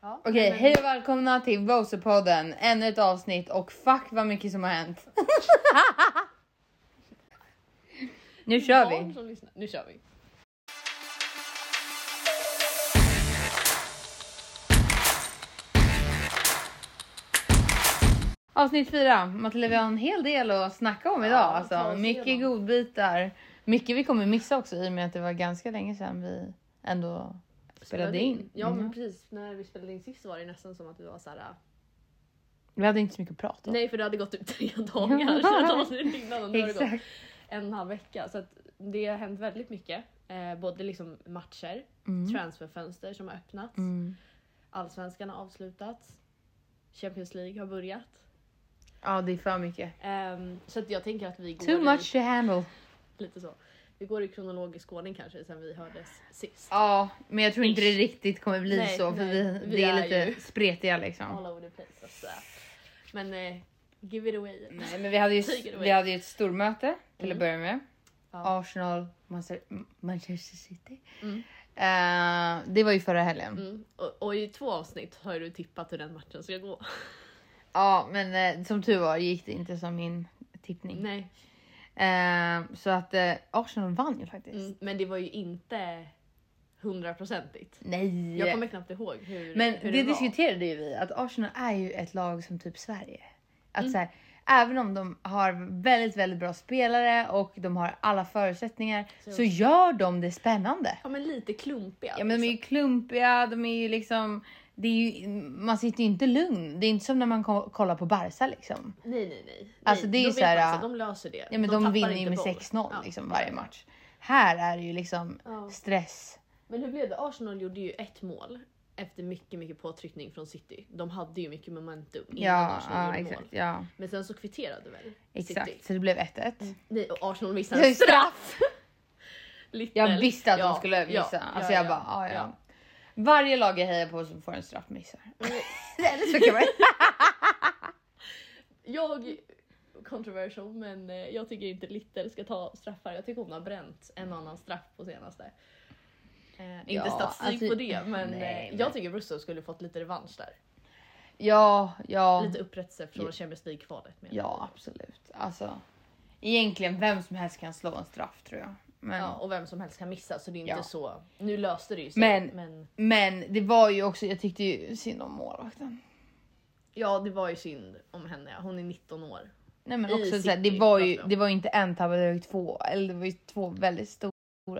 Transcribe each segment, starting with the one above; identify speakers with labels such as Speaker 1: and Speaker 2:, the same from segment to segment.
Speaker 1: Ja.
Speaker 2: Okej,
Speaker 1: Men-
Speaker 2: hej och välkomna till Bowserpodden. Ännu ett avsnitt och fuck vad mycket som har hänt. nu kör
Speaker 1: Barn
Speaker 2: vi.
Speaker 1: Som lyssnar. Nu kör vi.
Speaker 2: Avsnitt fyra. Matilda, vi har en hel del att snacka om idag.
Speaker 1: Ja, ta
Speaker 2: alltså,
Speaker 1: oss
Speaker 2: mycket
Speaker 1: igenom.
Speaker 2: godbitar. Mycket vi kommer missa också i och med att det var ganska länge sedan vi ändå spelade in.
Speaker 1: Ja
Speaker 2: Mm.
Speaker 1: men precis, när vi spelade in sist var det nästan som att vi var såhär.
Speaker 2: Vi hade inte så mycket att prata om.
Speaker 1: Nej för det hade gått typ tre dagar sedan avsnittet innan och nu har det gått
Speaker 2: Exakt.
Speaker 1: en och en halv vecka. Så att det har hänt väldigt mycket. Eh, både liksom matcher,
Speaker 2: Mm.
Speaker 1: transferfönster som har öppnats,
Speaker 2: Mm.
Speaker 1: allsvenskan har avslutats, Champions League har börjat.
Speaker 2: Ja, det är för mycket.
Speaker 1: Ehm, så att jag tänker att vi går
Speaker 2: Too
Speaker 1: i-
Speaker 2: much to handle.
Speaker 1: lite så. Vi går i kronologisk ordning kanske sen vi hördes sist.
Speaker 2: Ja, men jag tror inte det riktigt kommer bli
Speaker 1: Nej,
Speaker 2: så för
Speaker 1: nej.
Speaker 2: vi,
Speaker 1: Vi
Speaker 2: vi är
Speaker 1: är
Speaker 2: lite
Speaker 1: ju-
Speaker 2: spretiga liksom.
Speaker 1: All over the place. så att säga. Men eh, give it away.
Speaker 2: Nej, men vi hade ju,
Speaker 1: Take it away.
Speaker 2: vi hade ju ett stormöte till
Speaker 1: Mm.
Speaker 2: att börja med.
Speaker 1: Ja.
Speaker 2: Arsenal, Manchester, Manchester City.
Speaker 1: Mm.
Speaker 2: Eh, det var ju förra helgen.
Speaker 1: Mm. Och, och i två avsnitt har ju du tippat hur den matchen ska gå.
Speaker 2: Ja, men eh, som tur var gick det inte som min tippning.
Speaker 1: Nej.
Speaker 2: Eh, så att eh, Arsenal vann ju faktiskt.
Speaker 1: Mm. Men det var ju inte hundraprocentigt.
Speaker 2: Nej!
Speaker 1: Jag kommer knappt ihåg hur,
Speaker 2: Men
Speaker 1: hur
Speaker 2: det
Speaker 1: var.
Speaker 2: diskuterade ju vi, att Arsenal är ju ett lag som typ Sverige. Att
Speaker 1: Mm.
Speaker 2: så här, även om de har väldigt, väldigt bra spelare och de har alla förutsättningar så,
Speaker 1: Så-
Speaker 2: gör de det spännande.
Speaker 1: Ja men lite klumpiga.
Speaker 2: Ja, men de är ju klumpiga, de är ju liksom... Det är ju, man sitter ju inte lugn. Det är inte som när man ko- kollar på Barca liksom.
Speaker 1: liksom. Nej nej nej.
Speaker 2: Alltså,
Speaker 1: nej.
Speaker 2: det är
Speaker 1: Då
Speaker 2: ju
Speaker 1: vet
Speaker 2: så här,
Speaker 1: man att de löser det.
Speaker 2: Ja, men de
Speaker 1: tappar
Speaker 2: vinner ju
Speaker 1: inte
Speaker 2: med
Speaker 1: boll.
Speaker 2: 6-0
Speaker 1: Ja.
Speaker 2: liksom varje match. Här är det ju liksom
Speaker 1: Ja.
Speaker 2: stress.
Speaker 1: Men hur blev det? Arsenal gjorde ju ett mål efter mycket, mycket påtryckning från City. De hade ju mycket momentum innan
Speaker 2: Ja,
Speaker 1: Arsenal
Speaker 2: ja
Speaker 1: gjorde
Speaker 2: exakt.
Speaker 1: mål.
Speaker 2: Ja,
Speaker 1: Men sen så kvitterade väl City? Mm.
Speaker 2: exakt. Så det blev 1-1.
Speaker 1: Nej, och Arsenal
Speaker 2: Det var
Speaker 1: missade
Speaker 2: ju straff!
Speaker 1: Little.
Speaker 2: Jag visste att de
Speaker 1: Ja,
Speaker 2: skulle missa.
Speaker 1: ja,
Speaker 2: alltså
Speaker 1: ja,
Speaker 2: jag
Speaker 1: ja,
Speaker 2: bara, ja, ja.
Speaker 1: ja.
Speaker 2: Varje lag jag hejar på som får en straff missar.
Speaker 1: Mm.
Speaker 2: Eller så kan man...
Speaker 1: Jag, controversial, men eh, jag tycker inte Little ska ta straffar. Jag tycker hon har bränt en annan straff på senaste. Eh, inte
Speaker 2: Ja,
Speaker 1: statistik
Speaker 2: alltså-
Speaker 1: på det, men,
Speaker 2: nej,
Speaker 1: eh,
Speaker 2: men-
Speaker 1: jag tycker Russo skulle fått lite revansch där.
Speaker 2: Ja, ja,
Speaker 1: Lite upprättelse från Champions League-kvalet. menar jag.
Speaker 2: ja absolut. Alltså, egentligen vem som helst kan slå en straff tror jag. Men,
Speaker 1: Ja, och vem som helst kan missa så det är inte
Speaker 2: Ja.
Speaker 1: så. Nu löste det ju sig.
Speaker 2: Men-
Speaker 1: men
Speaker 2: men det var ju också, jag tyckte ju synd om målvakten.
Speaker 1: ja, det var ju synd om henne. ja. Hon är 19 år.
Speaker 2: Nej, men
Speaker 1: I
Speaker 2: också, så här, det,
Speaker 1: City,
Speaker 2: var ju,
Speaker 1: pratar jag om.
Speaker 2: det var ju inte en tabbe, det var ju två. Eller det var ju två väldigt stora.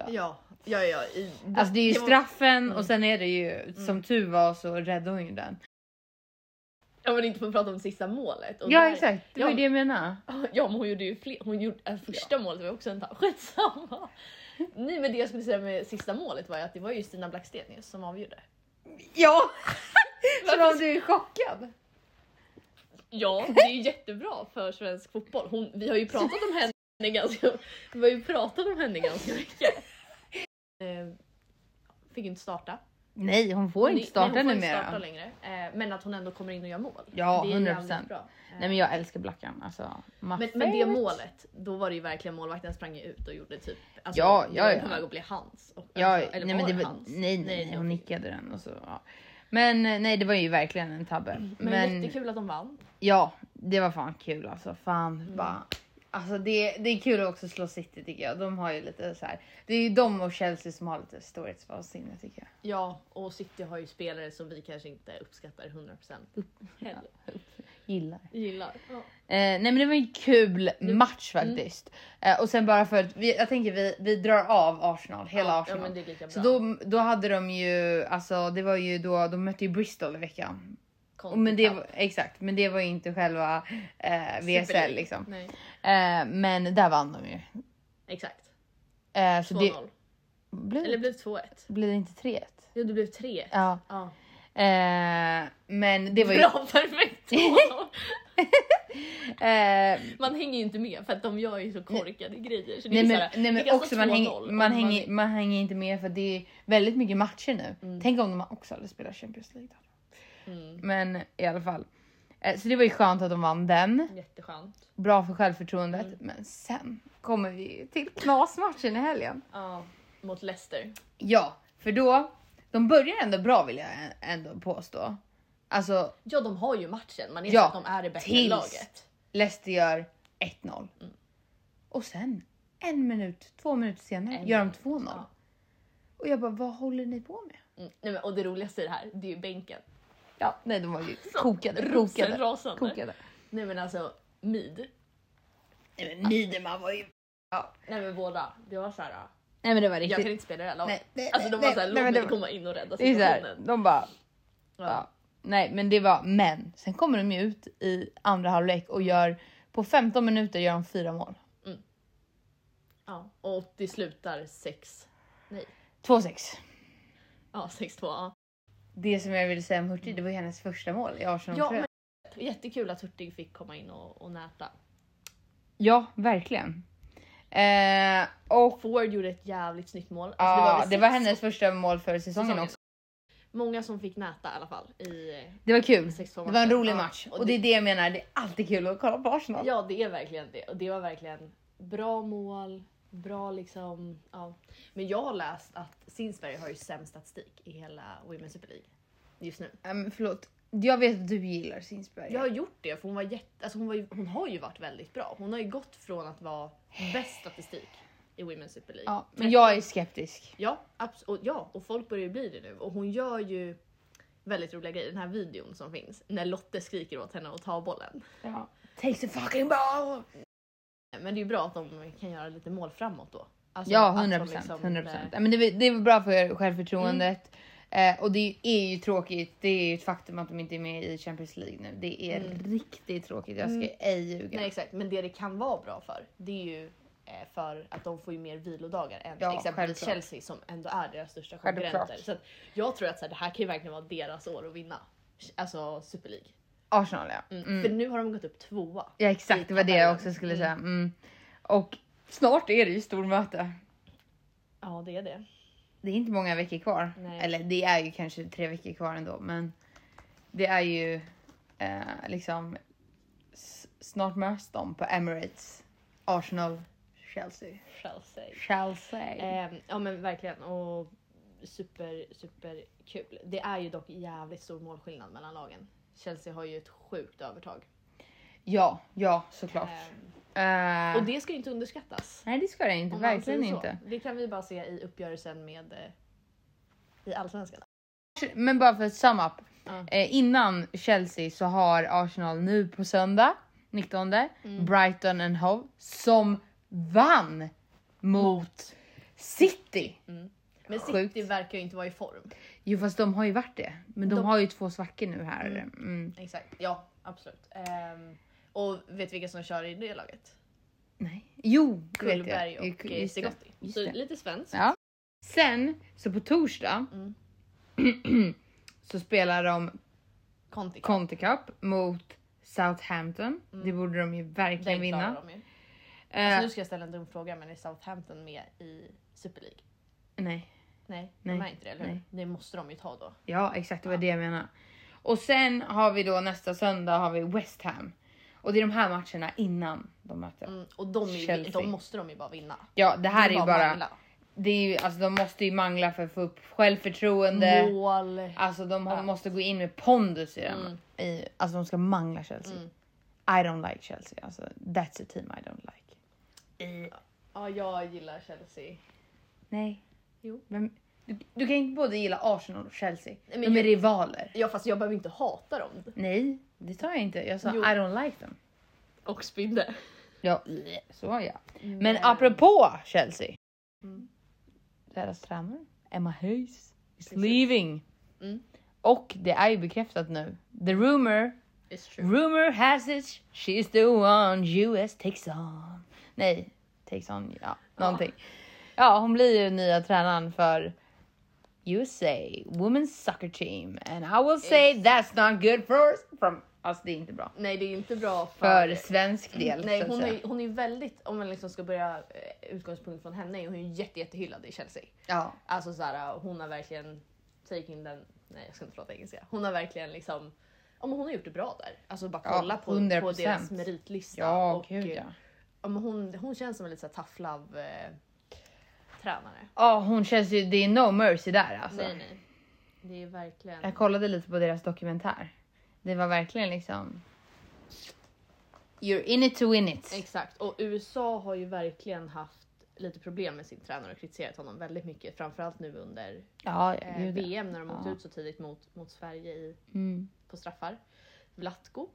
Speaker 1: Ja, ja, ja. I,
Speaker 2: Alltså det är ju
Speaker 1: var- Mm.
Speaker 2: straffen och sen är det ju, som tur var så räddade hon ju den.
Speaker 1: Ja, men inte för att prata om det sista målet. Och
Speaker 2: Ja
Speaker 1: där-
Speaker 2: exakt, det var ju
Speaker 1: Ja.
Speaker 2: det jag menade.
Speaker 1: Ja men hon gjorde ju fler, hon gjorde, äh, första målet var ju också en tapp, skitsamma. Nej men det jag skulle säga med sista målet var ju att det var ju Stina Blackstenius som avgjorde.
Speaker 2: Ja! Som om du är chockad.
Speaker 1: Ja det är ju jättebra för svensk fotboll. Hon, vi har ju pratat om henne ganska, vi har ju pratat om henne ganska mycket. Eh, Fick ju inte starta.
Speaker 2: Nej, hon får inte starta
Speaker 1: Nej, hon får inte
Speaker 2: numera.
Speaker 1: starta längre. Eh, Men att hon ändå kommer in och gör mål.
Speaker 2: Ja,
Speaker 1: det är
Speaker 2: 100%.
Speaker 1: jävligt bra. Eh,
Speaker 2: Nej men jag älskar Blackan. Alltså, my
Speaker 1: Men, men det
Speaker 2: favorite.
Speaker 1: målet, då var det ju verkligen målvakten sprang ju ut och gjorde typ... Alltså,
Speaker 2: Ja,
Speaker 1: det
Speaker 2: ja,
Speaker 1: var ju
Speaker 2: ja.
Speaker 1: på väg att bli hans. Och,
Speaker 2: Ja,
Speaker 1: alltså, eller
Speaker 2: nej, men
Speaker 1: var
Speaker 2: det
Speaker 1: det
Speaker 2: var,
Speaker 1: hans?
Speaker 2: nej, nej,
Speaker 1: det
Speaker 2: hon
Speaker 1: var-
Speaker 2: nickade den och så. Ja. Men eh, nej, det var ju verkligen en tabbe.
Speaker 1: Mm. Men,
Speaker 2: Men,
Speaker 1: jättekul att de vann.
Speaker 2: ja, det var fan kul alltså. Fan
Speaker 1: Mm.
Speaker 2: bara. Alltså det, det är kul att också slå City tycker jag. De har ju lite så här. Det är ju de och Chelsea som har lite storhetsvansinne tycker jag.
Speaker 1: Ja, och City har ju spelare som vi kanske inte uppskattar 100% heller.
Speaker 2: Gillar.
Speaker 1: Gillar. Mm.
Speaker 2: Eh, nej men det var en kul match faktiskt. Eh, och sen bara för att vi, jag tänker vi, vi drar av Arsenal, hela
Speaker 1: ja,
Speaker 2: Arsenal.
Speaker 1: Ja, men det är lika bra.
Speaker 2: Så då, då hade de ju, alltså det var ju då, de mötte ju Bristol i veckan. Och
Speaker 1: Conte
Speaker 2: men det
Speaker 1: Cup.
Speaker 2: var, exakt, men det var ju inte själva eh,
Speaker 1: Superliga.
Speaker 2: VSL liksom.
Speaker 1: Nej,
Speaker 2: Eh, men där vann de ju.
Speaker 1: exakt.
Speaker 2: Eh, så
Speaker 1: 2-0.
Speaker 2: det, blev,
Speaker 1: Eller blev det 2-1?
Speaker 2: blev det inte 3-1?
Speaker 1: Jo, det blev 3
Speaker 2: Ja.
Speaker 1: ja.
Speaker 2: Eh, men det var ju...
Speaker 1: Bra, perfekt!
Speaker 2: Eh,
Speaker 1: Man hänger ju inte med för att de gör ju så korkade grejer. Så det
Speaker 2: nej
Speaker 1: är
Speaker 2: men,
Speaker 1: så här,
Speaker 2: nej,
Speaker 1: det
Speaker 2: men
Speaker 1: kan
Speaker 2: också
Speaker 1: stå
Speaker 2: man,
Speaker 1: 2-0
Speaker 2: hänger,
Speaker 1: om
Speaker 2: man, hänger, man hänger inte med för det är väldigt mycket matcher nu.
Speaker 1: Mm.
Speaker 2: Tänk om de också hade spelat Champions League då.
Speaker 1: Mm,
Speaker 2: Men i alla fall. Eh, så det var ju skönt att de vann den.
Speaker 1: mm, jätteskönt.
Speaker 2: bra för självförtroendet.
Speaker 1: Mm.
Speaker 2: Men sen kommer vi till knasmatchen i helgen.
Speaker 1: Ja. Mot Leicester.
Speaker 2: Ja, för då, De börjar ändå bra vill jag ä- ändå påstå. Alltså
Speaker 1: Ja, de har ju matchen. Man inser
Speaker 2: Ja,
Speaker 1: att de är det bättre
Speaker 2: tills-
Speaker 1: laget.
Speaker 2: Leicester gör 1-0. Och sen en minut, två minuter senare
Speaker 1: En
Speaker 2: gör de
Speaker 1: minut,
Speaker 2: 2-0.
Speaker 1: ja.
Speaker 2: Och jag bara, vad håller ni på med?
Speaker 1: Mm. Nej, men, och det roligaste i det här, det är ju bänken.
Speaker 2: Ja, nej de var ju
Speaker 1: Så,
Speaker 2: kokade, kokade,
Speaker 1: Rosenrasande.
Speaker 2: kokade.
Speaker 1: Nej men alltså, mid.
Speaker 2: Nej men Niederman var ju...
Speaker 1: Nej men båda. Det var såhär, ah,
Speaker 2: Nej men det var
Speaker 1: jag
Speaker 2: riktigt...
Speaker 1: kan inte spela i det här laget.
Speaker 2: Nej, nej,
Speaker 1: Alltså de
Speaker 2: nej,
Speaker 1: var såhär,
Speaker 2: nej,
Speaker 1: låt
Speaker 2: men
Speaker 1: mig
Speaker 2: det-
Speaker 1: komma in och rädda
Speaker 2: Det är så här,
Speaker 1: situationen.
Speaker 2: de bara...
Speaker 1: Ja.
Speaker 2: Ja. Nej men det var, men sen kommer de ju ut i andra halvlek och gör, på 15 minuter gör de fyra mål.
Speaker 1: Ja. Och det slutar 6... Nej.
Speaker 2: 2-6.
Speaker 1: Ja, 6-2. Ja.
Speaker 2: Det som jag ville säga om Hurtig, det var ju hennes första mål i arsenal
Speaker 1: Ja, men jättekul att Hurtig fick komma in och, och näta.
Speaker 2: ja, verkligen. Eh, och
Speaker 1: Ford gjorde ett jävligt snyggt mål. Alltså,
Speaker 2: ja, det,
Speaker 1: väl
Speaker 2: var
Speaker 1: sex-
Speaker 2: hennes första mål för säsongen,
Speaker 1: säsongen.
Speaker 2: också.
Speaker 1: Många som fick näta i alla fall i eh,
Speaker 2: Det var kul.
Speaker 1: 6-2
Speaker 2: Det var en
Speaker 1: matchen.
Speaker 2: rolig
Speaker 1: Ja,
Speaker 2: match och det är det jag menar, det är alltid kul att kolla på Arsenal.
Speaker 1: Ja, det är verkligen det. Och det var verkligen bra mål, bra liksom... Ja. Men jag har läst att Sinsberg har ju sämst statistik i hela Women's Super League just nu.
Speaker 2: Ja. men Ehm, förlåt, jag vet att du gillar Sinsberg.
Speaker 1: Jag har gjort det för hon var jätte... Alltså hon, var ju, hon har ju varit väldigt bra. Hon har ju gått från att vara bäst statistik i Women's Super League.
Speaker 2: Ja, men jag är skeptisk.
Speaker 1: Ja, abs- och, ja, och folk börjar ju bli det nu. Och hon gör ju väldigt roliga grejer. Den här videon som finns när Lotte skriker åt henne att ta bollen.
Speaker 2: Ja. Take the fucking ball!
Speaker 1: Alltså, Men det är ju bra att de kan göra lite mål framåt då. Alltså,
Speaker 2: Ja,
Speaker 1: att de
Speaker 2: 100 procent.
Speaker 1: liksom-
Speaker 2: 100 procent. Men det, var- det var bra för självförtroendet.
Speaker 1: Mm.
Speaker 2: Eh, och det är ju tråkigt. Det är ju ett faktum att de inte är med i Champions League nu. Det är riktigt tråkigt. Jag ska ej ljuga.
Speaker 1: Mm. Nej exakt, men det det kan vara bra för det är ju eh, för att de får ju mer vilodagar än
Speaker 2: Ja,
Speaker 1: exempelvis
Speaker 2: självklart.
Speaker 1: Chelsea som ändå är deras största
Speaker 2: Självklart.
Speaker 1: konkurrenter. Så att jag tror att så här, det här kan ju verkligen vara deras år att vinna. Alltså Super League.
Speaker 2: Arsenal ja.
Speaker 1: Mm.
Speaker 2: Mm.
Speaker 1: För nu har de gått upp tvåa.
Speaker 2: Ja exakt,
Speaker 1: Typ
Speaker 2: det var det jag också skulle säga. Mm. Och snart är det ju stormöte.
Speaker 1: Ja det är det.
Speaker 2: Det är inte många veckor kvar.
Speaker 1: Nej.
Speaker 2: Eller det är ju kanske tre veckor kvar ändå. Men det är ju eh, liksom s- snart möts de på Emirates. Arsenal, Chelsea.
Speaker 1: Chelsea.
Speaker 2: Chelsea.
Speaker 1: Ehm, ja men verkligen och super super kul. Det är ju dock jävligt stor målskillnad mellan lagen. Chelsea har ju ett sjukt övertag.
Speaker 2: Ja, ja såklart.
Speaker 1: Ehm,
Speaker 2: Eh,
Speaker 1: och det ska ju inte underskattas.
Speaker 2: Nej det ska det inte,
Speaker 1: Om man
Speaker 2: verkligen
Speaker 1: säger så.
Speaker 2: inte.
Speaker 1: Det kan vi bara se i uppgörelsen med eh, i allsvenskan.
Speaker 2: Men bara för att sum up.
Speaker 1: Ja.
Speaker 2: Eh, innan Chelsea så har Arsenal nu på söndag 19
Speaker 1: Mm.
Speaker 2: Brighton and Hove som vann mot City.
Speaker 1: Mm. Men
Speaker 2: Sjukt.
Speaker 1: City verkar ju inte vara i form.
Speaker 2: Jo fast de har ju varit det. Men de,
Speaker 1: De-
Speaker 2: har ju två svackor nu här. Mm.
Speaker 1: Exakt, ja absolut. Ehm, och vet vilka som kör i det laget?
Speaker 2: Nej. Jo, det vet
Speaker 1: Kullberg
Speaker 2: jag.
Speaker 1: och eh,
Speaker 2: Just det.
Speaker 1: Zigotti.
Speaker 2: Just
Speaker 1: Så
Speaker 2: det.
Speaker 1: lite svenskt.
Speaker 2: Ja. Sen så på torsdag
Speaker 1: Mm.
Speaker 2: så spelar de
Speaker 1: Conti.
Speaker 2: Conte Cup mot Southampton. Det borde de ju verkligen
Speaker 1: Mm. Den klarar
Speaker 2: vinna.
Speaker 1: de ju.
Speaker 2: Eh,
Speaker 1: Alltså, nu ska jag ställa en dum fråga men är Southampton med i Super League?
Speaker 2: Nej,
Speaker 1: Nej,
Speaker 2: Nej.
Speaker 1: de är inte det eller hur?
Speaker 2: Nej.
Speaker 1: Det måste de ju ta då.
Speaker 2: ja exakt det var det jag menade. Och sen har vi då nästa söndag har vi West Ham. Och det är de här matcherna innan de möter.
Speaker 1: Mm, och de, är ju,
Speaker 2: Chelsea.
Speaker 1: de måste de ju bara vinna.
Speaker 2: Ja det här är
Speaker 1: Det
Speaker 2: ju
Speaker 1: mangla.
Speaker 2: bara, det är ju, alltså, de måste ju mangla för att få upp självförtroende.
Speaker 1: Mål.
Speaker 2: Alltså de har,
Speaker 1: Allt.
Speaker 2: måste gå in med pondus i den.
Speaker 1: Mm.
Speaker 2: I, alltså de ska mangla Chelsea. I don't like Chelsea. Alltså, that's a team I don't like.
Speaker 1: Ja, jag gillar Chelsea.
Speaker 2: Nej.
Speaker 1: Jo.
Speaker 2: Vem, du, du kan inte både gilla Arsenal och Chelsea.
Speaker 1: men
Speaker 2: de är
Speaker 1: jag-
Speaker 2: rivaler.
Speaker 1: Ja fast jag behöver inte hata dem.
Speaker 2: Nej, det tar jag inte. Jag sa
Speaker 1: Jo.
Speaker 2: I don't like them.
Speaker 1: Och spindel.
Speaker 2: Ja, så ja.
Speaker 1: Mm,
Speaker 2: Men apropå Chelsea. Deras tränare, Emma Hayes, is leaving.
Speaker 1: Mm.
Speaker 2: Och det är ju bekräftat nu. The rumor,
Speaker 1: It's true.
Speaker 2: rumor has it, she's the one US takes on. Nej, takes on, ja, någonting. Ja, hon blir ju nya tränaren för USA, Women's Soccer Team. And I will say that's not good for us. From, alltså det är inte bra.
Speaker 1: Nej det är inte bra
Speaker 2: För svensk del. så
Speaker 1: Nej
Speaker 2: att
Speaker 1: hon är,
Speaker 2: säga.
Speaker 1: ju- hon är ju väldigt, om man liksom ska börja eh, utgångspunkt från henne, är hon är ju jätte, jättehyllad i Chelsea.
Speaker 2: Ja.
Speaker 1: Alltså såhär hon har verkligen taken den, nej jag ska inte prata engelska. Hon har verkligen liksom, ja men hon har gjort det bra där. Alltså bara
Speaker 2: Ja,
Speaker 1: kolla på, på
Speaker 2: 100%.
Speaker 1: deras meritlista.
Speaker 2: Ja,
Speaker 1: och,
Speaker 2: gud
Speaker 1: eh,
Speaker 2: ja.
Speaker 1: ja, men hon, hon känns som en lite såhär tough love eh, tränare.
Speaker 2: Ja, hon känns ju... Det är no mercy där alltså.
Speaker 1: Nej nej. Det är verkligen...
Speaker 2: Jag kollade lite på deras dokumentär. Det var verkligen liksom... You're in it to win it.
Speaker 1: Exakt, och USA har ju verkligen haft lite problem med sin tränare och kritiserat honom väldigt mycket. Framförallt nu under
Speaker 2: Ja,
Speaker 1: eh,
Speaker 2: gud, ja.
Speaker 1: VM när de åkte
Speaker 2: Ja.
Speaker 1: ut så tidigt mot, mot Sverige i,
Speaker 2: Mm.
Speaker 1: på straffar. Vlatko.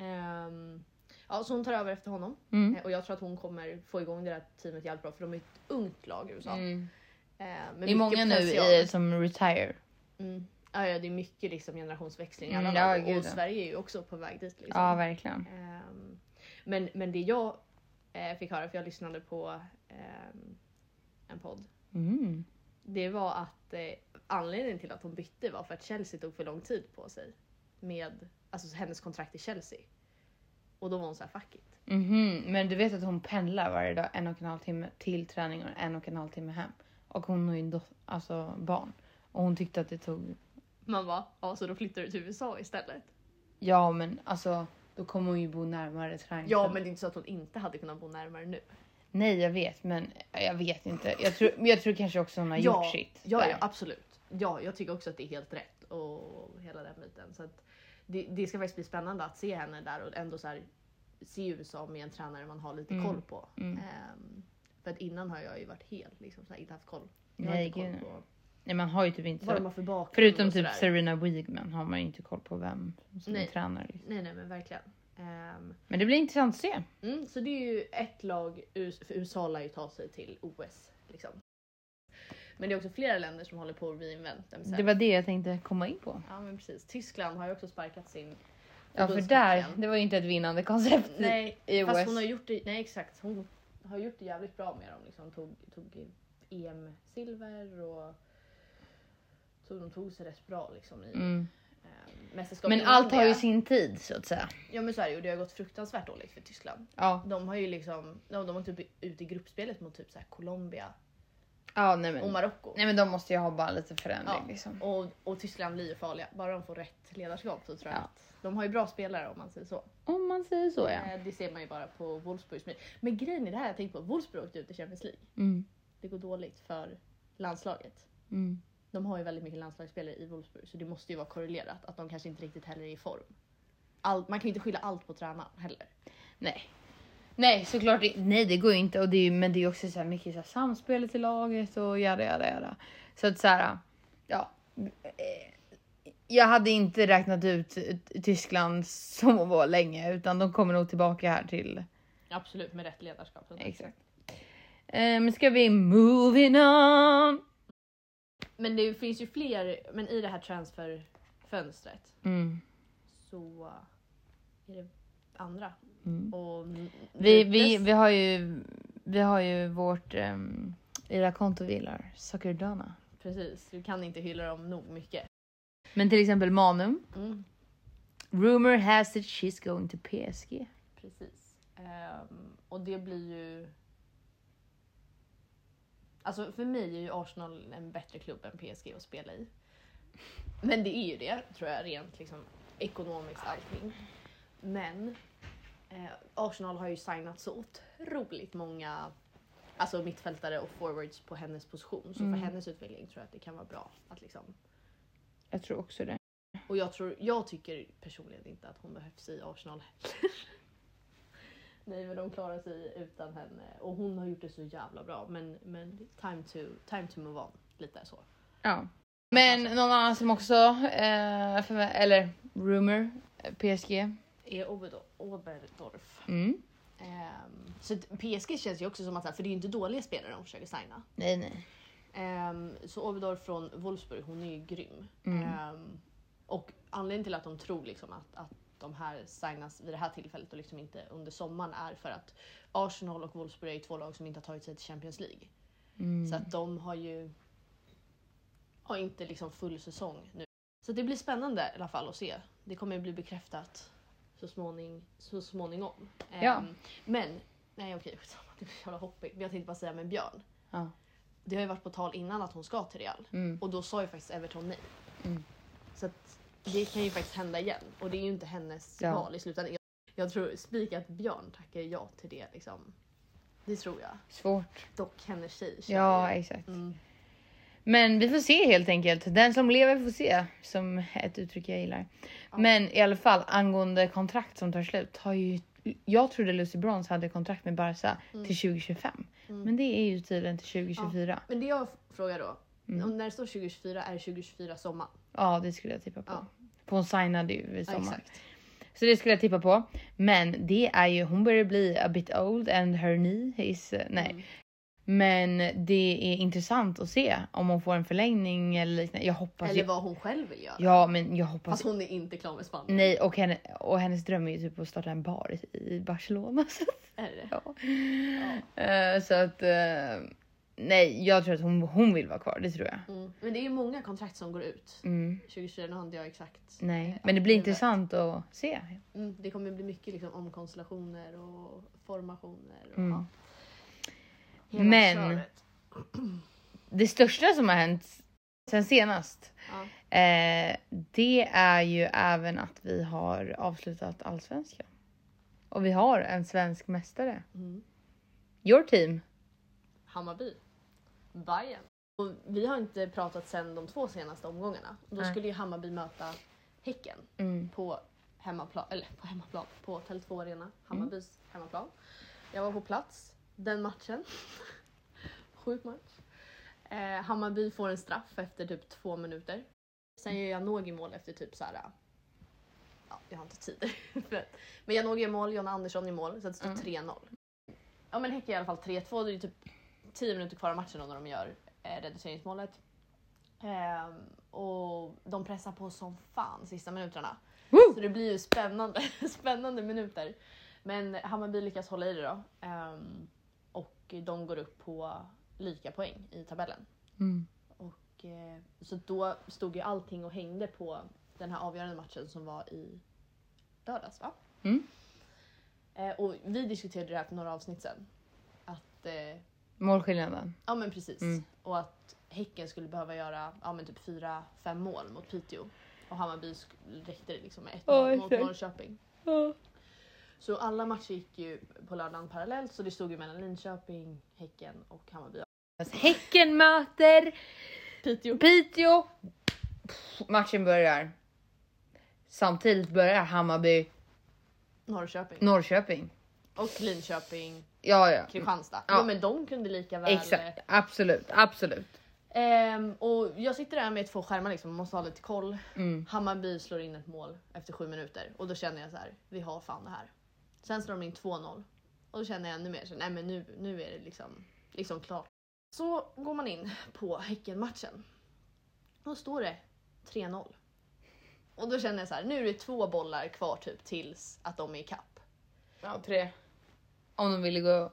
Speaker 1: Ehm, ja, så hon tar över efter honom
Speaker 2: Mm.
Speaker 1: Eh, och jag tror att hon kommer få igång det där teamet jävligt bra för de är ett ungt lag i USA.
Speaker 2: Mm.
Speaker 1: Eh, med
Speaker 2: Det är
Speaker 1: mycket
Speaker 2: många nu
Speaker 1: potential.
Speaker 2: i, som retire.
Speaker 1: Mm. Ja, ja, det är mycket liksom generationsväxling i alla
Speaker 2: Mm,
Speaker 1: lag
Speaker 2: ja,
Speaker 1: och
Speaker 2: gud, ja.
Speaker 1: Sverige är ju också på väg dit. Liksom.
Speaker 2: Ja, verkligen.
Speaker 1: Ehm, men, men det jag eh, fick höra, för jag lyssnade på ehm, en podd,
Speaker 2: Mm.
Speaker 1: det var att eh, anledningen till att hon bytte var för att Chelsea tog för lång tid på sig med alltså, hennes kontrakt i Chelsea. Och då var hon såhär, fuck it.
Speaker 2: Mhm, Men du vet att hon pendlar varje dag en och en halv timme till träning och en och en halv timme hem. Och hon har ju en dot- alltså barn. Och hon tyckte att det tog...
Speaker 1: Man bara, ja så då flyttar du till USA istället.
Speaker 2: Ja men alltså då kommer hon ju bo närmare träningen.
Speaker 1: Ja men det är inte så att hon inte hade kunnat bo närmare nu.
Speaker 2: Nej jag vet men jag vet inte. Jag tror, men jag tror kanske också hon har
Speaker 1: ja,
Speaker 2: gjort sitt.
Speaker 1: Ja,
Speaker 2: där.
Speaker 1: ja, absolut. Ja, jag tycker också att det är helt rätt och hela den biten. Så att det, det ska faktiskt bli spännande att se henne där och ändå så här, se USA med en tränare man har lite
Speaker 2: Mm.
Speaker 1: koll på.
Speaker 2: Mm.
Speaker 1: Ehm, för att innan har jag ju varit helt liksom, så här, inte haft koll. Jag har
Speaker 2: Nej,
Speaker 1: inte koll
Speaker 2: gud.
Speaker 1: på
Speaker 2: Nej man har ju typ inte...
Speaker 1: vad de har för bakgrund.
Speaker 2: Förutom
Speaker 1: och
Speaker 2: typ
Speaker 1: sådär.
Speaker 2: Serena Wigman har man ju inte koll på vem som
Speaker 1: Nej.
Speaker 2: tränar. liksom.
Speaker 1: Nej, nej men verkligen. Ehm,
Speaker 2: Men det blir intressant att se.
Speaker 1: mm, så det är ju ett lag, US- för USA lär ju ta sig till OS. Liksom. Men det är också flera länder som håller på att reinventa
Speaker 2: Det var det jag tänkte komma in på.
Speaker 1: Ja men precis. Tyskland har ju också sparkat sin
Speaker 2: Ja för där,
Speaker 1: förbundskapten.
Speaker 2: det var ju inte ett vinnande koncept i-
Speaker 1: Nej,
Speaker 2: i
Speaker 1: fast
Speaker 2: OS.
Speaker 1: hon har gjort det, nej exakt, hon har gjort det jävligt bra med dem. Liksom. Tog, tog EM-silver och tog, de tog sig rätt bra liksom, i
Speaker 2: Mm.
Speaker 1: eh, mästerskap.
Speaker 2: Men
Speaker 1: Innan
Speaker 2: allt har
Speaker 1: det-
Speaker 2: ju sin tid så att säga.
Speaker 1: Ja men så är det ju, det har gått fruktansvärt dåligt för Tyskland.
Speaker 2: Ja,
Speaker 1: De har ju liksom, de, de har typ ut i gruppspelet mot typ så här Colombia
Speaker 2: ja nej
Speaker 1: och
Speaker 2: men.
Speaker 1: Marocko.
Speaker 2: Nej men de måste ju ha bara lite förändring
Speaker 1: Oh Ja.
Speaker 2: liksom.
Speaker 1: Och, och Tyskland blir ju farliga, bara de får rätt ledarskap så tror jag
Speaker 2: Ja.
Speaker 1: att de har ju bra spelare om man säger så.
Speaker 2: Om man säger så ja.
Speaker 1: Eh, Det ser man ju bara på Wolfsburg. som är- Men grejen är det här jag tänkt på, Wolfsburg åkte ut i Champions League.
Speaker 2: Mm.
Speaker 1: det går dåligt för landslaget.
Speaker 2: Mm.
Speaker 1: De har ju väldigt mycket landslagsspelare i Wolfsburg så det måste ju vara korrelerat att de kanske inte riktigt heller är i form. Allt- man kan ju inte skylla allt på tränaren heller.
Speaker 2: Nej. Nej såklart, det- nej det går ju inte. Och det är, ju- men det är ju också så här mycket så här samspelet i laget och jada jada jada. Så att så här, ja. Eh, Jag hade inte räknat ut Tyskland så länge utan de kommer nog tillbaka här till.
Speaker 1: Absolut, med rätt ledarskap.
Speaker 2: Exakt. Eh, Men ska vi moving on?
Speaker 1: Men det finns ju fler, men i det här transferfönstret
Speaker 2: Mm.
Speaker 1: så är det andra.
Speaker 2: Mm.
Speaker 1: Och
Speaker 2: Vi, vi, vi, har ju, vi har ju vårt um, lilla konto vi gillar, Sakurdana.
Speaker 1: Precis, du kan inte hylla dem nog mycket.
Speaker 2: Men till exempel Manum.
Speaker 1: Mm,
Speaker 2: Rumor has it she's going to PSG.
Speaker 1: precis. Ehm, och det blir ju... Alltså för mig är ju Arsenal en bättre klubb än PSG att spela i. Men det är ju det, tror jag, rent liksom, ekonomiskt allting. Men eh, Arsenal har ju signat så otroligt många alltså mittfältare och forwards på hennes position. Så
Speaker 2: Mm.
Speaker 1: för hennes utveckling tror jag att det kan vara bra. Att liksom.
Speaker 2: Jag tror också det.
Speaker 1: Och jag, tror, jag tycker personligen inte att hon behövs i Arsenal heller. Nej men de klarar sig utan henne och hon har gjort det så jävla bra men, men time, to, time to move on. Lite så.
Speaker 2: Ja. Men någon annan som också, eh, för, eller rumor, eh, PSG.
Speaker 1: Är Obedo- Oberdorf.
Speaker 2: Mm.
Speaker 1: Ehm, så att PSG känns ju också som att, så här, för det är ju inte dåliga spelare de försöker signa.
Speaker 2: Nej nej.
Speaker 1: Ehm, så Obedor från Wolfsburg, hon är ju grym.
Speaker 2: Mm.
Speaker 1: Ehm, och anledningen till att de tror liksom att, att de här signas vid det här tillfället och liksom inte under sommaren är för att Arsenal och Wolfsburg är ju två lag som inte har tagit sig till Champions League.
Speaker 2: Mm.
Speaker 1: Så att de har ju har inte liksom full säsong nu. Så det blir spännande i alla fall att se. Det kommer ju bli bekräftat så, småning, så småningom. Ehm,
Speaker 2: Ja.
Speaker 1: Men, nej okej, skitsamma, det blir så jävla hoppigt. Men jag tänkte bara säga med Björn.
Speaker 2: Ja.
Speaker 1: Det har ju varit på tal innan att hon ska till Real.
Speaker 2: Mm.
Speaker 1: Och då sa ju faktiskt Everton nej.
Speaker 2: Mm.
Speaker 1: Så att det kan ju faktiskt hända igen. Och det är ju inte hennes
Speaker 2: Ja.
Speaker 1: val i slutändan. Jag, jag tror spikat Björn tackar ja till det liksom. Det tror jag.
Speaker 2: Svårt.
Speaker 1: Dock hennes tjej kör
Speaker 2: Ja
Speaker 1: ju.
Speaker 2: exakt.
Speaker 1: Mm.
Speaker 2: Men vi får se helt enkelt. Den som lever får se, som ett uttryck jag gillar. Men i alla fall angående kontrakt som tar slut. Har ju, jag trodde Lucy Bronze hade kontrakt med Barca till 2025. Men det är ju tydligen till 2024. Ja,
Speaker 1: Men det jag frågar då.
Speaker 2: Mm.
Speaker 1: Om när det står 2024, är det 2024 sommar?
Speaker 2: det skulle jag tippa på.
Speaker 1: Ja.
Speaker 2: För hon signade ju i
Speaker 1: Ja,
Speaker 2: sommar.
Speaker 1: exakt.
Speaker 2: Så det skulle jag tippa på. Men det är ju, hon börjar bli a bit old and her knee is... eh, Nej.
Speaker 1: Mm.
Speaker 2: Men det är intressant att se om hon får en förlängning eller liknande. Jag hoppas
Speaker 1: Eller
Speaker 2: ju...
Speaker 1: vad hon själv vill göra.
Speaker 2: Ja, men jag hoppas...
Speaker 1: Fast hon är inte klar med Spanien.
Speaker 2: Nej, och, henne, och hennes dröm är ju typ att starta en bar i- i Barcelona. Så att,
Speaker 1: Är det det?
Speaker 2: ja. Eh, så att eh, nej, jag tror att hon, hon vill vara kvar. Det tror jag.
Speaker 1: Mm. Men det är ju många kontrakt som går ut.
Speaker 2: Mm,
Speaker 1: 2024, nu har inte jag exakt.
Speaker 2: nej, men det blir
Speaker 1: Ja,
Speaker 2: intressant att se.
Speaker 1: Mm. Det kommer bli mycket liksom, omkonstellationer och formationer. Och,
Speaker 2: Mm.
Speaker 1: ja. Hela
Speaker 2: Men
Speaker 1: köret.
Speaker 2: det största som har hänt sen senast.
Speaker 1: Ja.
Speaker 2: Eh, det är ju även att vi har avslutat allsvenskan. Och vi har en svensk mästare.
Speaker 1: Mm.
Speaker 2: Your team.
Speaker 1: Hammarby. Bayern. Och vi har inte pratat sen de två senaste omgångarna. Då
Speaker 2: Nej.
Speaker 1: skulle ju Hammarby möta Häcken på hemmaplan, eller på hemmaplan, på Tele2 Arena, Hammarbys hemmaplan. Jag var på plats den matchen. Sjuk match. Eh, Hammarby får en straff efter typ två minuter. Sen gör jag nog i mål efter typ så här. Ja, jag har inte tid. men jag nog i mål, Jonna Andersson i mål, så det står
Speaker 2: Mm.
Speaker 1: 3-0. Ja men Häcken gör i alla fall 3-2, det är ju typ 10 minuter kvar av matchen då när de gör eh, reduceringsmålet. Ehm, och de pressar på som fan sista minuterna.
Speaker 2: Woo!
Speaker 1: Så det blir ju spännande, spännande minuter. Men Hammarby lyckas hålla i det då. Ehm, och de går upp på lika poäng i tabellen.
Speaker 2: Mm.
Speaker 1: Och, eh, så då stod ju allting och hängde på den här avgörande matchen som var i lördags va?
Speaker 2: Mm.
Speaker 1: Eh, och vi diskuterade det här för några avsnitt sedan. Att eh,
Speaker 2: Målskillnaden.
Speaker 1: Ja men precis.
Speaker 2: Mm.
Speaker 1: Och att Häcken skulle behöva göra ja, men typ 4-5 mål mot Piteå. Och Hammarby sk- räckte det liksom med ett
Speaker 2: Ja,
Speaker 1: mål mot
Speaker 2: exakt.
Speaker 1: Norrköping. Så alla matcher gick ju på lördagen parallellt så det stod ju mellan Linköping, Häcken och Hammarby.
Speaker 2: Häcken möter
Speaker 1: Piteå.
Speaker 2: Piteå. Pff, Matchen börjar. Samtidigt börjar Hammarby
Speaker 1: Norrköping.
Speaker 2: Norrköping.
Speaker 1: Och Linköping,
Speaker 2: Ja, ja.
Speaker 1: Kristianstad.
Speaker 2: Ja.
Speaker 1: Ja. men de kunde lika väl...
Speaker 2: Exakt. Absolut, absolut.
Speaker 1: Ehm, och jag sitter där med två skärmar liksom, man måste ha lite koll.
Speaker 2: Mm.
Speaker 1: Hammarby slår in ett mål efter sju minuter och då känner jag så här, vi har fan det här. Sen slår de in 2-0 och då känner jag ännu mer så här, nej men nu, nu är det liksom, liksom klart. Så går man in på Häckenmatchen. Då står det 3-0. Och då känner jag så här, nu är det två bollar kvar typ tills att de är i kapp.
Speaker 2: Ja, tre. Om de ville gå.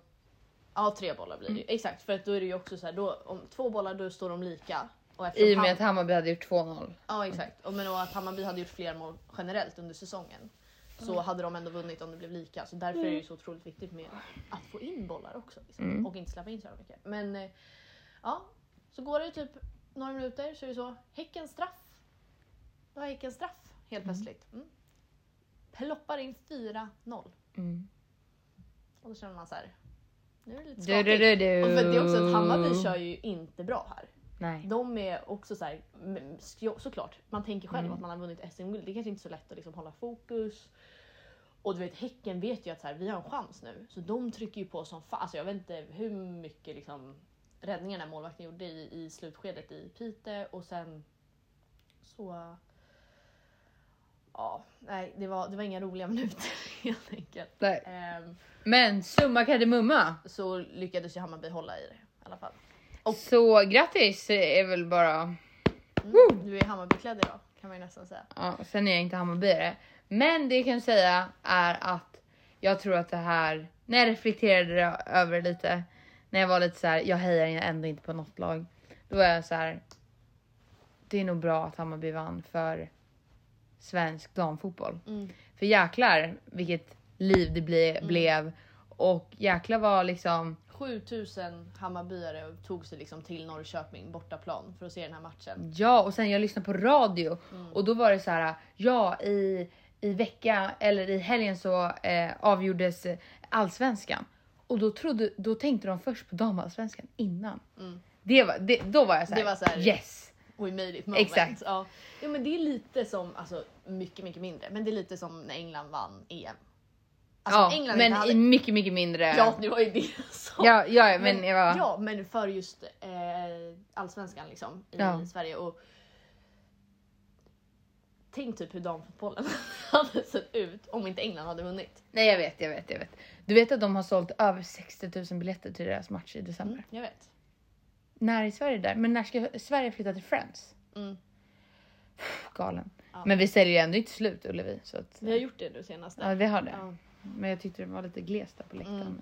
Speaker 1: Ja, tre bollar blir det
Speaker 2: Mm.
Speaker 1: ju. Exakt, för att då är det ju också så här, då, om två bollar då står de lika. Och eftersom
Speaker 2: I och med
Speaker 1: Ham-
Speaker 2: att Hammarby hade gjort 2-0.
Speaker 1: Ja exakt. Och men och att Hammarby hade gjort fler mål generellt under säsongen så
Speaker 2: Mm.
Speaker 1: hade de ändå vunnit om det blev lika. Så därför är det ju så otroligt viktigt med att få in bollar också. Liksom.
Speaker 2: Mm.
Speaker 1: Och inte släppa in så jävla mycket. Men eh, ja, så går det ju typ några minuter så är det så. Häcken straff. Då har Häcken straff helt plötsligt. Mm. Ploppar in 4-0.
Speaker 2: Mm.
Speaker 1: Och då känner man så här. Nu är det lite
Speaker 2: Du,
Speaker 1: skakigt.
Speaker 2: du, du, du.
Speaker 1: Och för att det är också att Hammarby kör ju inte bra här.
Speaker 2: Nej.
Speaker 1: De är också så här, m- jo, såklart, man tänker själv
Speaker 2: Mm.
Speaker 1: att man har vunnit SM-guld. Det är kanske inte så lätt att liksom hålla fokus. Och du vet Häcken vet ju att så här, vi har en chans nu. Så de trycker ju på som fan. Alltså, jag vet inte hur mycket liksom, räddningar den här målvakten gjorde i, i slutskedet i Pite och sen så... Ja, nej det var, det var inga roliga minuter helt enkelt.
Speaker 2: Nej.
Speaker 1: Ehm,
Speaker 2: Men summa kardemumma.
Speaker 1: så lyckades ju Hammarby hålla i det i alla fall.
Speaker 2: Så grattis är väl bara.
Speaker 1: Mm, du är Hammarbyklädd idag kan man ju nästan säga.
Speaker 2: Ja, sen är jag inte Hammarbyare. Men det jag kan säga är att jag tror att det här, när jag reflekterade ö- över det lite, när jag var lite så här, jag hejar ändå inte på något lag. Då var jag så här. Det är nog bra att Hammarby vann för svensk damfotboll.
Speaker 1: Mm.
Speaker 2: För jäklar vilket liv det ble, blev och jäklar var liksom
Speaker 1: 7000 Hammarbyare tog sig liksom till Norrköping bortaplan för att se den här matchen.
Speaker 2: Ja, och sen jag lyssnade på radio
Speaker 1: Mm.
Speaker 2: och då var det så här. Ja, i, i vecka eller i helgen så eh, avgjordes eh, allsvenskan och då trodde då tänkte de först på damallsvenskan innan.
Speaker 1: Mm.
Speaker 2: Det var, det, då var jag såhär,
Speaker 1: Det var så här-
Speaker 2: yes!
Speaker 1: We made it moment.
Speaker 2: Exakt.
Speaker 1: Ja. ja men det är lite som, alltså mycket mycket mindre, men det är lite som när England vann EM. Alltså
Speaker 2: ja,
Speaker 1: England
Speaker 2: men
Speaker 1: inte hade...
Speaker 2: i mycket, mycket mindre.
Speaker 1: Ja det var ju det som...
Speaker 2: ja, ja, men, jag var,
Speaker 1: ja, men för just eh, allsvenskan liksom i
Speaker 2: Ja.
Speaker 1: Sverige. Och... Tänk typ hur damfotbollen hade sett ut om inte England hade vunnit.
Speaker 2: Nej jag vet, jag vet, jag vet. Du vet att de har sålt över 60 000 biljetter till deras match i december?
Speaker 1: Jag vet.
Speaker 2: När är Sverige där? Men när ska Sverige flytta till Friends?
Speaker 1: Mm.
Speaker 2: Galen.
Speaker 1: Ja.
Speaker 2: Men vi säljer ju ändå inte slut Ullevi. Så att,
Speaker 1: Vi har gjort det nu senast.
Speaker 2: ja, vi har det.
Speaker 1: Ja.
Speaker 2: Men jag tyckte det var lite glest där på läktaren.
Speaker 1: Mm.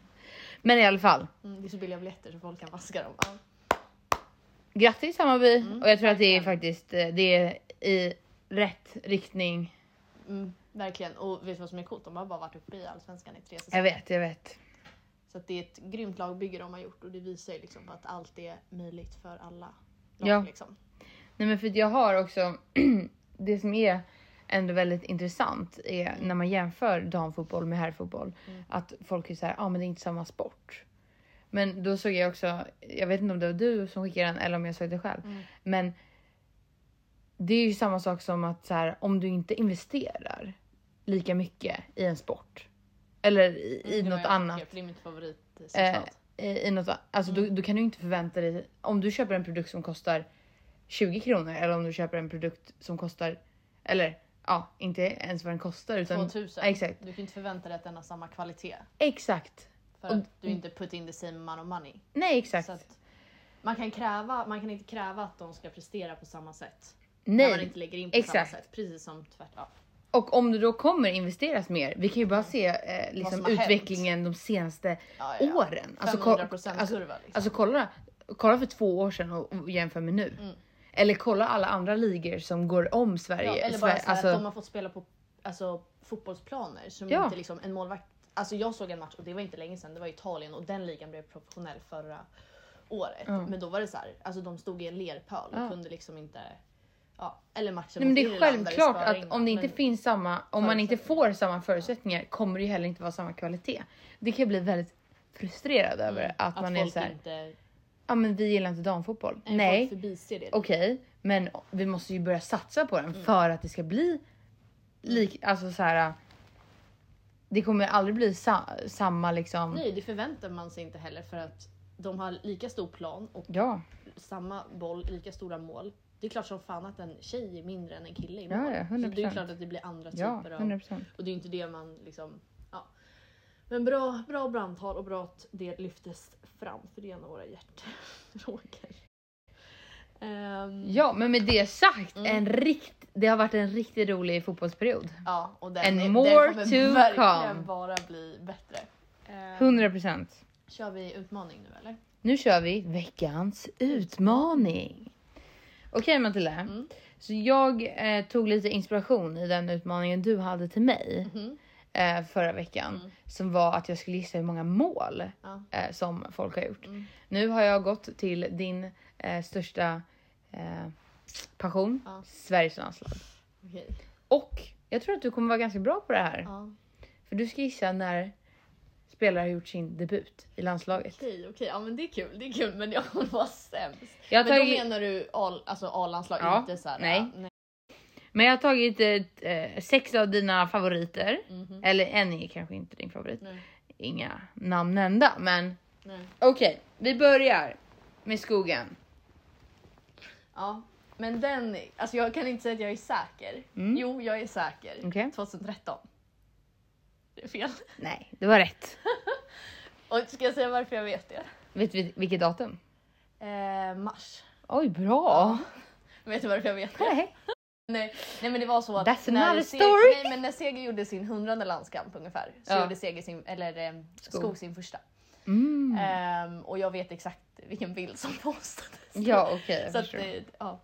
Speaker 2: Men i alla fall.
Speaker 1: Mm, det är så billiga biljetter så folk kan vaska dem. Ja.
Speaker 2: Grattis Hammarby!
Speaker 1: Mm,
Speaker 2: Och jag tror att det är
Speaker 1: verkligen.
Speaker 2: faktiskt eh, det är i rätt riktning.
Speaker 1: Mm, verkligen. Och vet du vad som är coolt? De har bara varit uppe i allsvenskan i tre säsonger.
Speaker 2: Jag vet, jag vet.
Speaker 1: Så att det är ett grymt lagbygge de har gjort och det visar ju liksom på att allt är möjligt för alla lag.
Speaker 2: Ja.
Speaker 1: Liksom.
Speaker 2: Nej men för att jag har också, det som är ändå väldigt intressant är när man jämför damfotboll med herrfotboll.
Speaker 1: Mm.
Speaker 2: Att folk är såhär, ja ah, men det är inte samma sport. Men då såg jag också, jag vet inte om det var du som skickade den eller om jag såg det själv.
Speaker 1: Mm.
Speaker 2: Men det är ju samma sak som att så här, om du inte investerar lika mycket i en sport. Eller i, i
Speaker 1: Mm, Det var
Speaker 2: något
Speaker 1: jag
Speaker 2: annat.
Speaker 1: tycker, för Det är mitt favorit
Speaker 2: Eh, i, i något, alltså
Speaker 1: Mm.
Speaker 2: då, då kan du inte förvänta dig, om du köper en produkt som kostar 20 kronor eller om du köper en produkt som kostar, eller ja, inte ens vad den kostar utan
Speaker 1: 2000.
Speaker 2: Ja, Exakt,
Speaker 1: Du kan ju inte förvänta dig att den har samma kvalitet.
Speaker 2: exakt.
Speaker 1: För
Speaker 2: Och-
Speaker 1: att du inte put in the same amount of money.
Speaker 2: Nej exakt.
Speaker 1: Så att man, kan kräva, man kan inte kräva att de ska prestera på samma sätt. När man
Speaker 2: Nej.
Speaker 1: inte lägger in på
Speaker 2: exakt.
Speaker 1: samma sätt. Precis som tvärtom.
Speaker 2: Och om det då kommer investeras mer, vi kan ju bara se eh, liksom
Speaker 1: Mm. som har hänt.
Speaker 2: utvecklingen de senaste
Speaker 1: Ja, ja, ja.
Speaker 2: åren. Alltså, ko-
Speaker 1: 500%
Speaker 2: alltså,
Speaker 1: kurva liksom.
Speaker 2: alltså kolla, kolla för två år sedan och, och jämför med nu.
Speaker 1: Mm.
Speaker 2: Eller kolla alla andra ligor som går om Sverige.
Speaker 1: Ja, eller bara
Speaker 2: Sverige-
Speaker 1: så här
Speaker 2: alltså-
Speaker 1: att de har fått spela på alltså, fotbollsplaner som
Speaker 2: Ja.
Speaker 1: inte liksom en målvakt. Alltså jag såg en match och det var inte länge sedan, det var Italien och den ligan blev professionell förra året. Men då var det så här, alltså de stod i en lerpöl och
Speaker 2: Ja.
Speaker 1: kunde liksom inte. Ja, eller matchen
Speaker 2: Nej, men det
Speaker 1: mot
Speaker 2: är
Speaker 1: Irland där
Speaker 2: självklart
Speaker 1: spöade
Speaker 2: att
Speaker 1: in
Speaker 2: om det inte
Speaker 1: men-
Speaker 2: finns samma, om man inte får samma förutsättningar kommer det ju heller inte vara samma kvalitet. Det kan jag bli väldigt frustrerad över att, man är
Speaker 1: Mm, folk
Speaker 2: så här,
Speaker 1: Inte,
Speaker 2: ja men vi gillar inte damfotboll.
Speaker 1: nej.
Speaker 2: Nej,
Speaker 1: Folk förbiser det.
Speaker 2: okej, men vi måste ju börja satsa på den
Speaker 1: Mm.
Speaker 2: för att det ska bli lik, alltså så här. Det kommer aldrig bli sa- samma liksom.
Speaker 1: Nej, det förväntar man sig inte heller för att de har lika stor plan och
Speaker 2: Ja,
Speaker 1: samma boll, lika stora mål. Det är klart som fan att en tjej är mindre än en kille i
Speaker 2: Ja,
Speaker 1: mål. så
Speaker 2: ja,
Speaker 1: det är
Speaker 2: 100%.
Speaker 1: klart att det blir andra
Speaker 2: ja,
Speaker 1: typer av...
Speaker 2: 100 procent.
Speaker 1: Och det är inte det man liksom... Ja. Men bra, bra brandtal och bra att det lyftes fram för det är en av våra hjärtefrågor. Ehm, ja.
Speaker 2: Ja, men med det sagt,
Speaker 1: Mm.
Speaker 2: en rikt, det har varit en riktigt rolig fotbollsperiod.
Speaker 1: och den,
Speaker 2: And
Speaker 1: är-
Speaker 2: more
Speaker 1: den kommer
Speaker 2: to
Speaker 1: verkligen
Speaker 2: come.
Speaker 1: bara bli bättre. Ehm,
Speaker 2: 100 procent.
Speaker 1: Kör vi utmaning nu eller?
Speaker 2: Nu kör vi veckans utmaning. Okej Matilda,
Speaker 1: Mm.
Speaker 2: så jag eh, tog lite inspiration i den utmaningen du hade till mig
Speaker 1: Mhm.
Speaker 2: eh, förra veckan.
Speaker 1: Mm.
Speaker 2: Som var att jag skulle gissa hur många mål
Speaker 1: Ja.
Speaker 2: eh, som folk har gjort.
Speaker 1: Mm.
Speaker 2: Nu har jag gått till din eh, största eh, passion,
Speaker 1: Ja.
Speaker 2: Sveriges landslag.
Speaker 1: Okej.
Speaker 2: Och jag tror att du kommer vara ganska bra på det här.
Speaker 1: Ja.
Speaker 2: För du ska gissa när spelare har gjort sin debut i landslaget.
Speaker 1: Okej, okej, ja men det är kul, det är kul men jag kommer vara sämst.
Speaker 2: Jag har
Speaker 1: men då
Speaker 2: tagit-
Speaker 1: menar du all, alltså A-landslag,
Speaker 2: Ja,
Speaker 1: inte såhär...
Speaker 2: nej. Men jag har tagit eh, eh, sex av dina favoriter.
Speaker 1: Mhm.
Speaker 2: Eller en är kanske inte din favorit.
Speaker 1: nej,
Speaker 2: Inga namn nämnda, men
Speaker 1: nej.
Speaker 2: okej, vi börjar med skogen.
Speaker 1: Ja, men den, alltså jag kan inte säga att jag är säker.
Speaker 2: Mm.
Speaker 1: Jo, jag är säker.
Speaker 2: Okej.
Speaker 1: 2013. Det är fel.
Speaker 2: Nej, det var rätt.
Speaker 1: Och ska jag säga varför jag vet det?
Speaker 2: Vet vi vilket datum?
Speaker 1: Eh, mars.
Speaker 2: Oj, bra.
Speaker 1: Vet du varför jag vet det?
Speaker 2: Nej.
Speaker 1: Nej, nej men det var så att
Speaker 2: That's
Speaker 1: när,
Speaker 2: another
Speaker 1: Seg-
Speaker 2: story.
Speaker 1: Nej, men när Seger gjorde sin hundrade landskamp ungefär så
Speaker 2: Ja.
Speaker 1: gjorde Seger sin, eller, eh,
Speaker 2: Skog.
Speaker 1: Skog sin första.
Speaker 2: Mm.
Speaker 1: Ehm, och jag vet exakt vilken bild som postades.
Speaker 2: Ja, okej.
Speaker 1: så
Speaker 2: jag
Speaker 1: att,
Speaker 2: förstår.
Speaker 1: det- ja.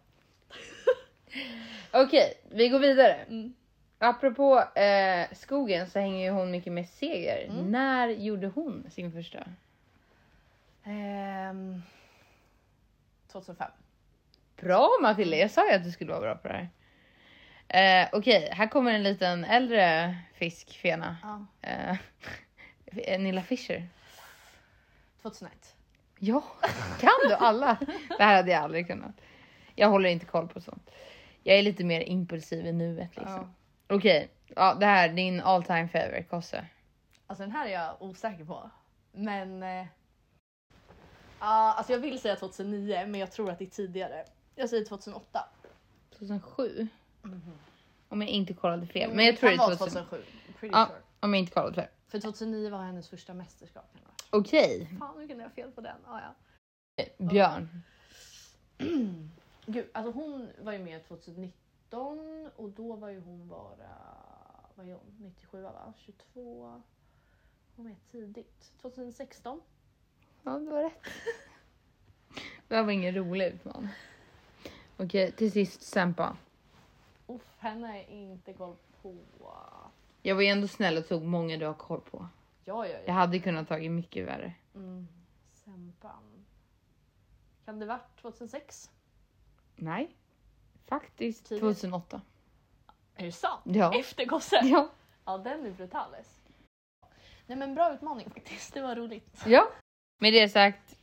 Speaker 2: Okej, vi går vidare.
Speaker 1: Mm.
Speaker 2: Apropå eh, skogen så hänger ju hon mycket med Seger.
Speaker 1: Mm.
Speaker 2: När gjorde hon sin första?
Speaker 1: Ehm, 2005.
Speaker 2: Bra Matilda, jag sa ju att du skulle vara bra på det här. Eh, Okej, här kommer en liten äldre fiskfena.
Speaker 1: Ja.
Speaker 2: Eh, Nilla Fischer.
Speaker 1: 2001.
Speaker 2: Ja, kan du alla? Det här hade jag aldrig kunnat. Jag håller inte koll på sånt. Jag är lite mer impulsiv i nuet liksom. Okej, ja, det här din all time favorite kosse.
Speaker 1: Alltså den här är jag osäker på. Men... Eh, ah, alltså jag vill säga 2009 men jag tror att det är tidigare. Jag säger 2008.
Speaker 2: 2007? Om jag inte kollade fel.
Speaker 1: Mm.
Speaker 2: Men jag tror det är 2000.
Speaker 1: 2007. Pretty
Speaker 2: Ja.
Speaker 1: sure.
Speaker 2: Om jag inte kollade fel.
Speaker 1: För 2009 var hennes första mästerskap. kan det vara.
Speaker 2: Okej,
Speaker 1: Fan nu kan jag ha fel på den. Ah, ja.
Speaker 2: Björn.
Speaker 1: Gud, alltså hon var ju med 2019 och då var ju hon bara vad är hon, 97 va? 22? Hon var med tidigt. 2016.
Speaker 2: Ja, du har rätt. Det här var ingen rolig utmaning. Okej, till sist Sempa.
Speaker 1: Uff, henne är inte koll på.
Speaker 2: Jag var ju ändå snäll och tog många du har koll på.
Speaker 1: Ja, ja,
Speaker 2: Jag
Speaker 1: ja.
Speaker 2: hade kunnat tagit mycket värre.
Speaker 1: Mm. Sempan. Kan det varit 2006?
Speaker 2: Nej, faktiskt
Speaker 1: Tidigare.
Speaker 2: 2008.
Speaker 1: Är det sant?
Speaker 2: Ja.
Speaker 1: Efter gossen?
Speaker 2: Ja.
Speaker 1: Ja, den är brutalis. Nej men bra utmaning faktiskt, det var roligt.
Speaker 2: ja. Med det sagt,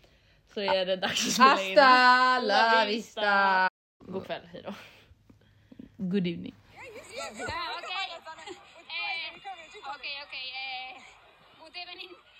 Speaker 1: Så är det dags att
Speaker 2: hasta la vista.
Speaker 1: God kväll, hejdå.
Speaker 2: Good evening.
Speaker 3: Ah, ok. Eh, ok, ok. Eh, god evening.